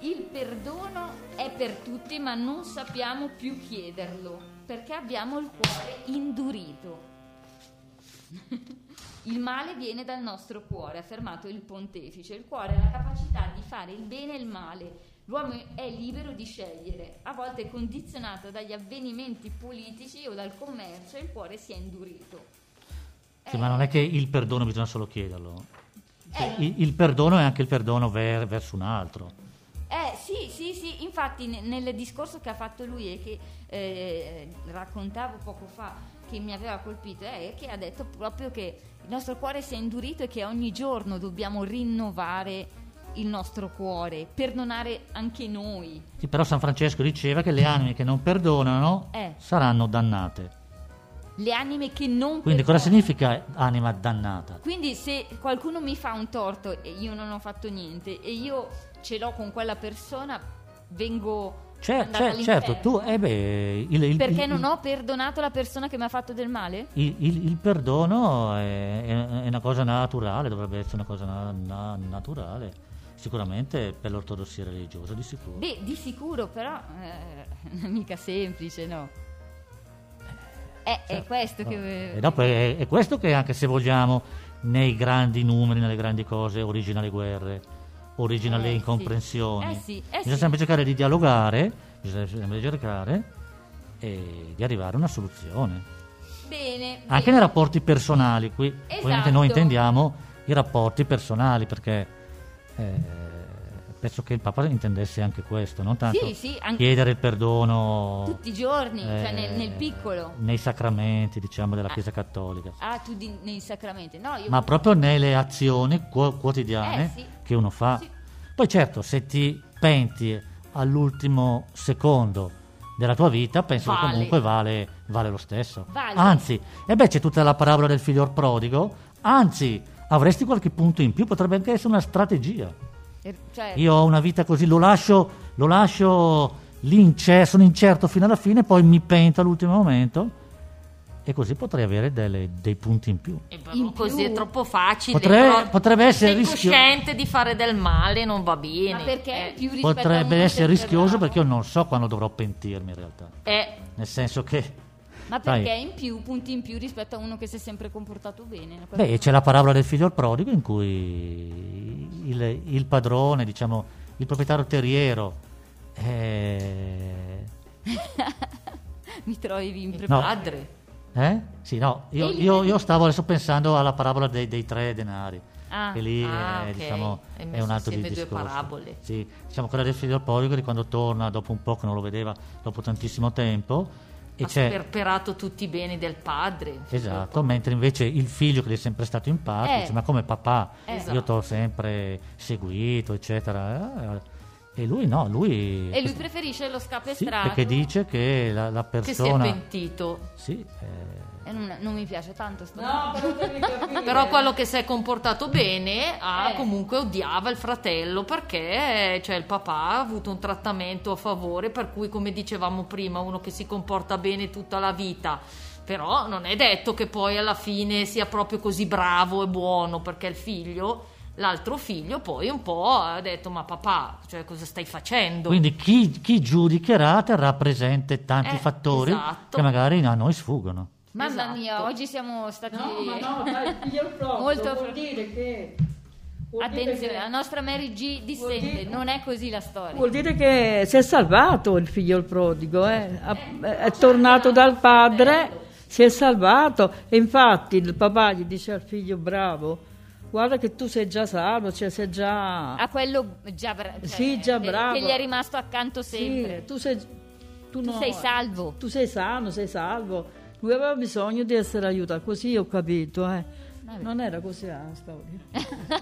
A: il perdono è per tutti, ma non sappiamo più chiederlo, perché abbiamo il cuore indurito. Il male viene dal nostro cuore, ha affermato il pontefice. Il cuore ha la capacità di fare il bene e il male. L'uomo è libero di scegliere, a volte è condizionato dagli avvenimenti politici o dal commercio e il cuore si è indurito.
B: Sì,
A: eh.
B: ma non è che il perdono bisogna solo chiederlo. Cioè, il, il perdono è anche il perdono ver- verso un altro.
A: Eh sì, sì, sì, infatti ne- nel discorso che ha fatto lui e che eh, raccontavo poco fa che mi aveva colpito è che ha detto proprio che il nostro cuore si è indurito e che ogni giorno dobbiamo rinnovare il nostro cuore, perdonare anche noi.
B: Sì, però San Francesco diceva che le anime che non perdonano
A: Eh.
B: saranno dannate.
A: le anime che non
B: Quindi cosa
A: perdono.
B: significa anima dannata?
A: Quindi se qualcuno mi fa un torto e io non ho fatto niente e io ce l'ho con quella persona, vengo
B: C'è,
A: mandata
B: c'è, certo, tu...
A: all'inferno.
B: Eh beh, il, il-
A: perché
B: il-
A: non ho perdonato la persona che mi ha fatto del male?
B: Il, il- il perdono è, è- è una cosa naturale, dovrebbe essere una cosa na- na- naturale, sicuramente per l'ortodossia religiosa, di sicuro.
A: Beh, di sicuro, però eh, non è mica semplice, no? Eh,
B: Certo.
A: è questo che
B: E dopo è, è questo che anche se vogliamo, nei grandi numeri, nelle grandi cose, origina le guerre, origina
A: Eh,
B: le
A: sì.
B: incomprensioni.
A: Eh, sì, eh,
B: bisogna
A: sì.
B: sempre cercare di dialogare, bisogna sempre cercare e di arrivare a una soluzione.
A: Bene.
B: Anche
A: bene.
B: nei rapporti personali, qui ovviamente noi
A: Esatto.
B: intendiamo i rapporti personali perché eh, penso che il Papa intendesse anche questo, non tanto
A: Sì, sì, anche-
B: chiedere il perdono
A: tutti i giorni, cioè nel, nel
B: eh,
A: piccolo.
B: nei sacramenti diciamo della
A: Ah.
B: Chiesa Cattolica,
A: Ah, tu di- nei sacramenti. No, io
B: ma proprio nelle azioni quo- quotidiane
A: Eh, sì.
B: che uno fa.
A: Sì.
B: Poi certo, se ti penti all'ultimo secondo della tua vita, penso che
A: Vale.
B: comunque vale, vale lo stesso.
A: Vale.
B: Anzi, e beh, c'è tutta la parabola del figlio prodigo, anzi, avresti qualche punto in più, potrebbe anche essere una strategia.
A: eh, cioè,
B: Io ho una vita così, lo lascio, lo lascio lì, ince- sono incerto fino alla fine, poi mi pento all'ultimo momento e così potrei avere delle- dei punti in più.
E: E però
A: In
E: così
A: più-
E: è troppo facile.
B: Potrebbe-
E: però
B: potrebbe essere
E: sei
B: rischio-
E: cosciente di fare del male, non va bene.
A: ma perché
E: Eh,
A: più rispetto a uno
B: Potrebbe
A: c'è
B: essere
A: il
B: rischioso
A: perdono?
B: perché io non so quando dovrò pentirmi in realtà.
E: eh,
B: Nel senso che...
A: Ma
B: Dai.
A: perché in più, punti in più rispetto a uno che si è sempre comportato bene?
B: Beh, c'è la parabola del figlio prodigo in cui il, il padrone, diciamo, il proprietario terriero, eh,
A: mi trovi impreparato.
B: No.
E: Padre.
B: Eh? Sì, no, io,
A: E lì-
B: io- io stavo adesso pensando alla parabola dei, dei tre denari.
A: Ah,
B: e lì
E: ah,
B: eh,
E: ok.
B: diciamo,
E: Hai
B: è
E: messo
B: un altro di
E: insieme due
B: discorso.
E: parabole.
B: Sì, diciamo quella del figlio del poligo di quando torna dopo un po' che non lo vedeva, dopo tantissimo tempo. E
E: ha
B: c'è,
E: sperperato tutti i beni del padre.
B: esatto, mentre invece il figlio che gli è sempre stato in parte
A: Eh.
B: dice ma come papà,
A: Esatto.
B: io ti ho sempre seguito, eccetera. eh, E lui no, lui...
A: E lui preferisce lo scappa
B: Sì,
A: strato.
B: perché dice che la, la
E: Che si è
B: persona...
E: pentito.
B: sì, eh,
A: Eh, non, non mi piace tanto sto
E: Però quello che si è comportato bene ha
A: Eh.
E: comunque odiava il fratello perché eh, cioè, il papà ha avuto un trattamento a favore per cui come dicevamo prima uno che si comporta bene tutta la vita però non è detto che poi alla fine sia proprio così bravo e buono perché il figlio l'altro figlio poi un po' ha detto ma papà cioè, cosa stai facendo
B: Quindi chi, chi giudicherà terrà presente tanti
E: Eh,
B: fattori
E: esatto.
B: che magari a noi sfuggono.
A: Mamma
E: Esatto.
A: mia, oggi siamo stati
C: No, ma no, dai, piglialo proprio.
A: Molto
C: vuol
A: fr-
C: dire che... vuol dire
A: Attenzione,
C: che-
A: la nostra Mary G dissente,
C: dire-
A: non è così la storia.
C: Vuol dire che si è salvato il figlio il prodigo, eh. Ha- è tornato dal padre, si è salvato e infatti il papà gli dice al figlio bravo, guarda che tu sei già salvo, cioè sei già...
A: A quello già, bra- cioè,
C: Sì, già
A: che-
C: bravo.
A: Che gli è rimasto accanto sempre.
C: Sì, tu sei,
A: Tu
C: no,
A: sei salvo.
C: Tu sei sano, sei salvo. Lui aveva bisogno di essere aiutato, così ho capito. eh. Non era così ah, la storia.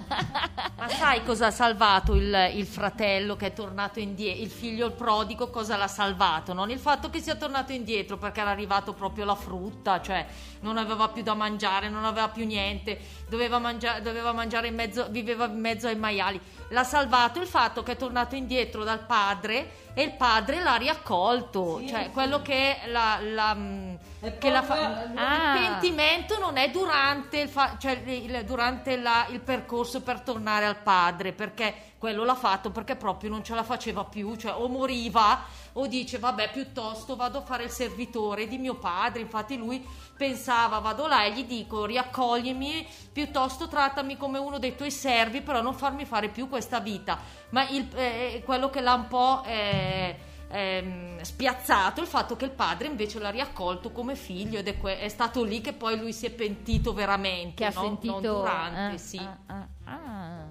E: Ma sai cosa ha salvato il, il fratello che è tornato indietro? Il figlio, il prodigo, cosa l'ha salvato? Non il fatto che sia tornato indietro perché era arrivato proprio la frutta, cioè non aveva più da mangiare, non aveva più niente, doveva, mangia- doveva mangiare in mezzo, viveva in mezzo ai maiali. L'ha salvato il fatto che è tornato indietro dal padre e il padre l'ha riaccolto, cioè quello che la. la mh,
C: È
E: che la
C: proprio-
A: Ah.
E: il pentimento non è durante, il, fa- cioè il- il- durante la- il percorso per tornare al padre, perché quello l'ha fatto perché proprio non ce la faceva più, cioè o moriva o dice vabbè piuttosto vado a fare il servitore di mio padre, infatti lui pensava vado là e gli dico riaccoglimi, piuttosto trattami come uno dei tuoi servi, però non farmi fare più questa vita, ma il- eh, quello che l'ha un po'... eh, ehm, spiazzato il fatto che il padre invece l'ha riaccolto come figlio ed è, que- è stato lì che poi lui si è pentito veramente
A: Che ha
E: no?
A: sentito...
E: non durante
A: ah,
E: sì.
A: ah, ah, ah.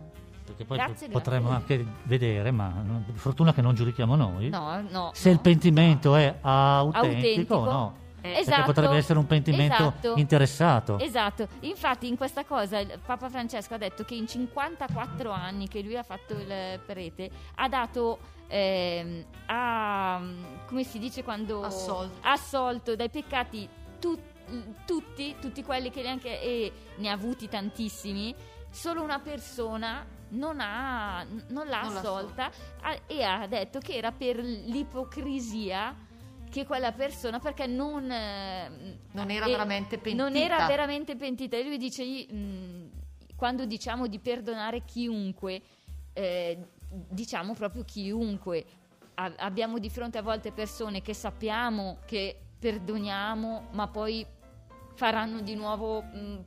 B: Perché poi
A: Grazie,
B: potremmo anche vedere, ma no, fortuna che non giudichiamo noi,
A: No, no.
B: se il
A: no.
B: pentimento è autentico,
A: Autentico.
B: o no.
E: Eh,
A: Esatto.
B: Perché potrebbe essere un pentimento
A: esatto.
B: interessato.
A: Esatto, infatti in questa cosa il Papa Francesco ha detto che in 54 anni che lui ha fatto il prete ha dato ehm, a come si dice quando
E: Assolto.
A: assolto dai peccati tu- tutti, tutti quelli che neanche e ne ha avuti tantissimi, solo una persona non, ha, non l'ha
E: Non l'ha
A: assolta ha- e ha detto che era per l'ipocrisia che quella persona perché non eh,
E: Non era
A: e-
E: veramente pentita.
A: non era veramente pentita. E lui dice: i- mh, quando diciamo di perdonare chiunque, eh, diciamo proprio chiunque. A- abbiamo di fronte a volte persone che sappiamo che perdoniamo, ma poi faranno di nuovo. mh, mh,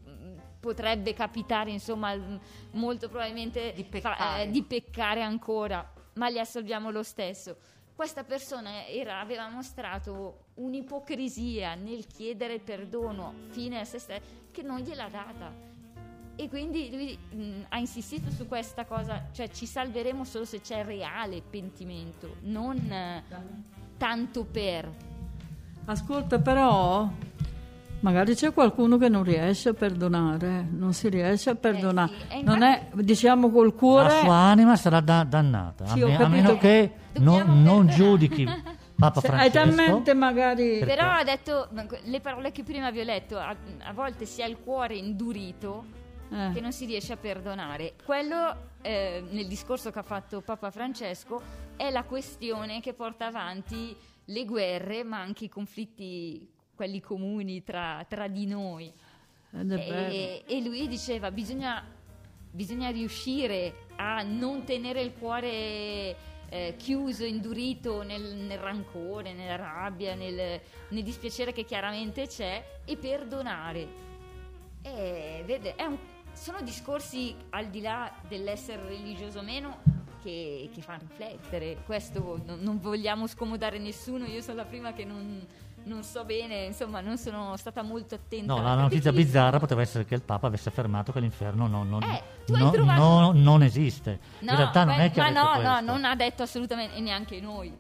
A: potrebbe capitare, insomma, mh, molto probabilmente
E: Di
A: fa-
E: peccare.
A: eh, di peccare ancora, ma li assolviamo lo stesso. Questa persona era- aveva mostrato un'ipocrisia nel chiedere perdono fine a se stessa che non gliel'ha data. E quindi lui mh, ha insistito su questa cosa, cioè ci salveremo solo se c'è reale pentimento, non eh, tanto per.
C: Ascolta, però magari c'è qualcuno che non riesce a perdonare, eh. non si riesce a perdonare.
A: sì, e
C: Non è, diciamo, col
B: La
C: cuore...
B: sua anima sarà da- dannata,
C: Sì,
B: a,
C: ho
B: me- a
C: capito.
B: meno che non,
A: Dobbiamo
B: non
A: perdonare.
B: giudichi Papa
C: se- Hai
B: Francesco.
C: talmente magari...
B: Perché?
A: Però ha detto ma que- le parole che prima vi ho letto, a, a volte si ha il cuore indurito
C: Eh.
A: che non si riesce a perdonare. Quello, eh, nel discorso che ha fatto Papa Francesco, è la questione che porta avanti le guerre, ma anche i conflitti, quelli comuni tra, tra di noi.
C: Ed
A: Eh,
C: è vero.
A: E, e lui diceva: bisogna, bisogna riuscire a non tenere il cuore eh, chiuso, indurito nel, nel rancore, nella rabbia, nel, nel dispiacere che chiaramente c'è e perdonare. E, vede, è un- sono discorsi al di là dell'essere religioso o meno. Che, che fanno riflettere, questo non, non vogliamo scomodare nessuno, io sono la prima che non, non so bene, insomma, non sono stata molto attenta.
B: No,
A: alla
B: la notizia
A: catechesi.
B: bizzarra poteva essere che il Papa avesse affermato che l'inferno non, non-
A: Eh, tu hai
B: no-
A: trovato-
B: no- non esiste.
A: No,
B: In realtà non
A: beh,
B: è che ha
A: ma
B: detto
A: no,
B: questo.
A: no, non ha detto assolutamente e neanche noi.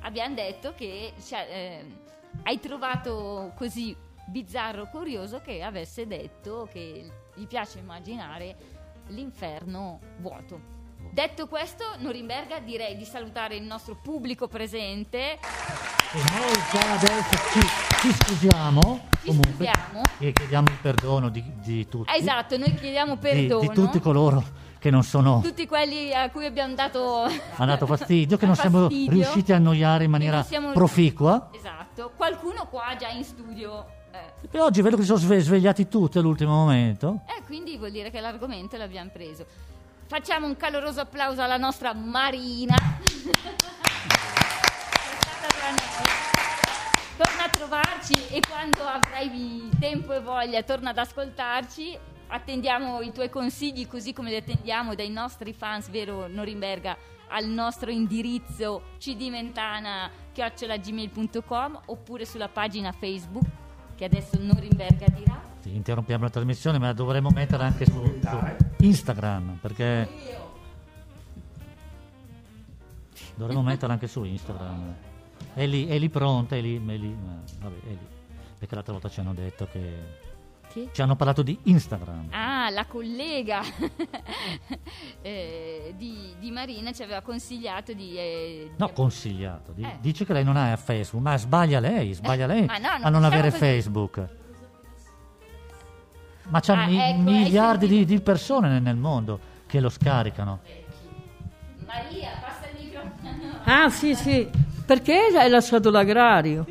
A: Abbiamo detto che cioè, ehm, hai trovato così bizzarro, curioso che avesse detto che gli piace immaginare l'inferno vuoto. Detto questo, Norimberga, direi di salutare il nostro pubblico presente.
B: E noi già adesso ci, ci scusiamo,
A: Ci
B: comunque,
A: scusiamo.
B: e chiediamo il perdono di, di tutti.
A: Ah, Esatto, noi chiediamo
B: Di-
A: perdono.
B: Di, tutti coloro che non sono...
A: tutti quelli a cui abbiamo dato
B: hanno dato fastidio, che non siamo
A: fastidio.
B: riusciti a annoiare
A: Che
B: in
A: non
B: maniera
A: siamo-
B: proficua.
A: Esatto, qualcuno qua già in studio. eh.
B: E oggi vedo che si sono sve- svegliati tutti all'ultimo momento.
A: Eh, quindi vuol dire che l'argomento l'abbiamo preso. Facciamo un caloroso applauso alla nostra Marina. Che è stata tra noi. Torna a trovarci e quando avrai tempo e voglia torna ad ascoltarci. Attendiamo i tuoi consigli così come li attendiamo dai nostri fans, vero Norimberga, al nostro indirizzo cdmentana.gmail.com oppure sulla pagina Facebook che adesso Norimberga dirà.
B: Sì, Interrompiamo la trasmissione, ma la dovremmo mettere anche su, su Instagram, perché... Dovremmo metterla anche su Instagram. È lì, è lì pronta, è lì, è lì, ma vabbè, è lì. Perché l'altra volta ci hanno detto che...
A: Che?
B: Ci hanno parlato di Instagram.
A: Ah, la collega eh, di, di Marina ci aveva consigliato di... eh, di-
B: No, consigliato. Di-
A: Eh.
B: Dice che lei non ha Facebook, ma sbaglia lei, sbaglia lei
A: ma no, non
B: a non
A: diciamo
B: avere
A: così.
B: Facebook. Ma c'è
A: Ah,
B: mi-
A: ecco, hai
B: miliardi di,
A: sentito.
B: di persone nel, nel mondo che lo scaricano.
A: Maria, passa il microfono.
C: Ah sì sì, perché hai lasciato l'agrario?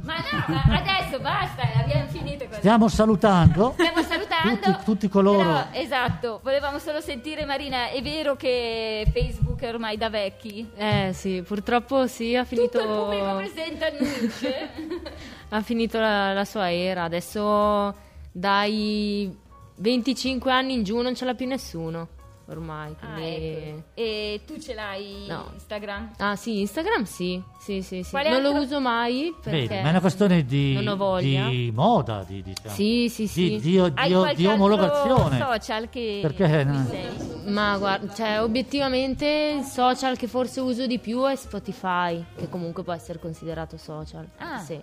A: Ma no, ma adesso basta, abbiamo finito con
B: Stiamo salutando.
A: Stiamo salutando
B: Tutti- tutti coloro.
A: Però, esatto, volevamo solo sentire Marina, è vero che Facebook è ormai da vecchi?
D: Eh sì, purtroppo sì, ha finito,
A: Tutto il pubblico presente annuncia.
D: ha finito la, la sua era. Adesso dai 25 anni in giù non ce l'ha più nessuno ormai.
B: Eh.
A: ah,
D: quindi-
A: ecco. E tu ce l'hai
D: No.
A: Instagram?
D: Ah, sì, Instagram sì, sì, sì, sì.
A: Quale
D: non lo
A: altro-
D: uso mai perché...
A: eh,
B: Vedi, ma è una questione di,
D: Non ho voglia.
B: di moda, di, diciamo,
D: Sì, sì, sì.
B: di, di-
A: Hai
B: di-
A: qualche
B: di
A: altro
B: omologazione.
A: social che
B: Perché, eh,
A: cui
B: no?
A: sei?
D: Ma guarda, cioè, obiettivamente il social che forse uso di più è Spotify, che comunque può essere considerato social.
A: Ah.
D: Sì.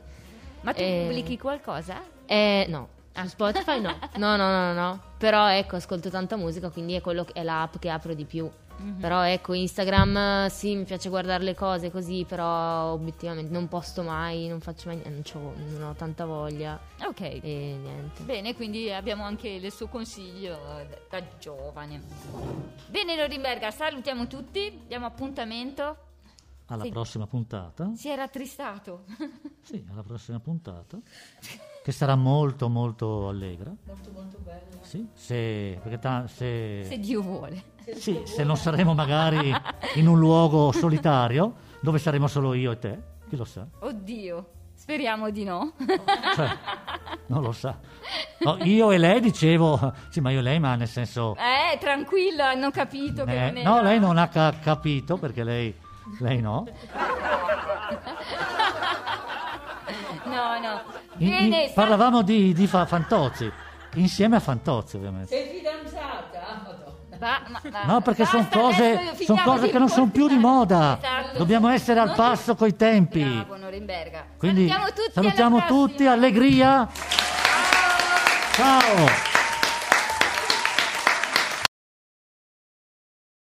A: Ma tu
D: Eh.
A: pubblichi qualcosa?
D: Eh, no, su Spotify no. No, no, no, no, no. Però ecco, ascolto tanta musica, quindi è, quello che- è l'app che apro di più. Però ecco, Instagram eh, sì, mi piace guardare le cose così, però obiettivamente non posto mai, non faccio mai niente, non, c'ho- non ho tanta voglia
A: Ok.
D: e niente.
A: Bene, quindi abbiamo anche il suo consiglio eh, da giovane. Bene, Norimberga, salutiamo tutti, diamo appuntamento.
B: Alla
A: Sì.
B: prossima puntata.
A: Si era attristato.
B: Sì, alla prossima puntata. Che sarà molto molto allegra. Molto molto bella. Sì, se, perché ta- se-
A: Se Dio vuole.
B: sì, se non saremo magari in un luogo solitario dove saremo solo io e te, chi lo sa?
A: Oddio, speriamo di no.
B: Cioè, non lo sa. No, io e lei dicevo, sì, ma io e lei, ma nel senso...
A: Eh, tranquillo, hanno capito che
B: eh,
A: non è.
B: no, lei non ha ca- capito perché lei, lei no.
A: No, no.
B: In- in-
A: Bene, sa-
B: parlavamo di, di fa- Fantozzi, insieme a Fantozzi ovviamente.
C: Sei fidanzata? Madonna.
A: Ba- ma- ma-
B: No, perché
A: basta,
B: sono cose,
A: adesso
B: son
A: finiamo
B: cose
A: di
B: che non sono più di moda.
A: Esatto.
B: Dobbiamo essere al
A: Non-
B: passo coi tempi.
A: Bravo, Norimberga.
B: Quindi
A: salutiamo tutti. alla
B: salutiamo
A: prossima.
B: tutti, allegria. Ciao.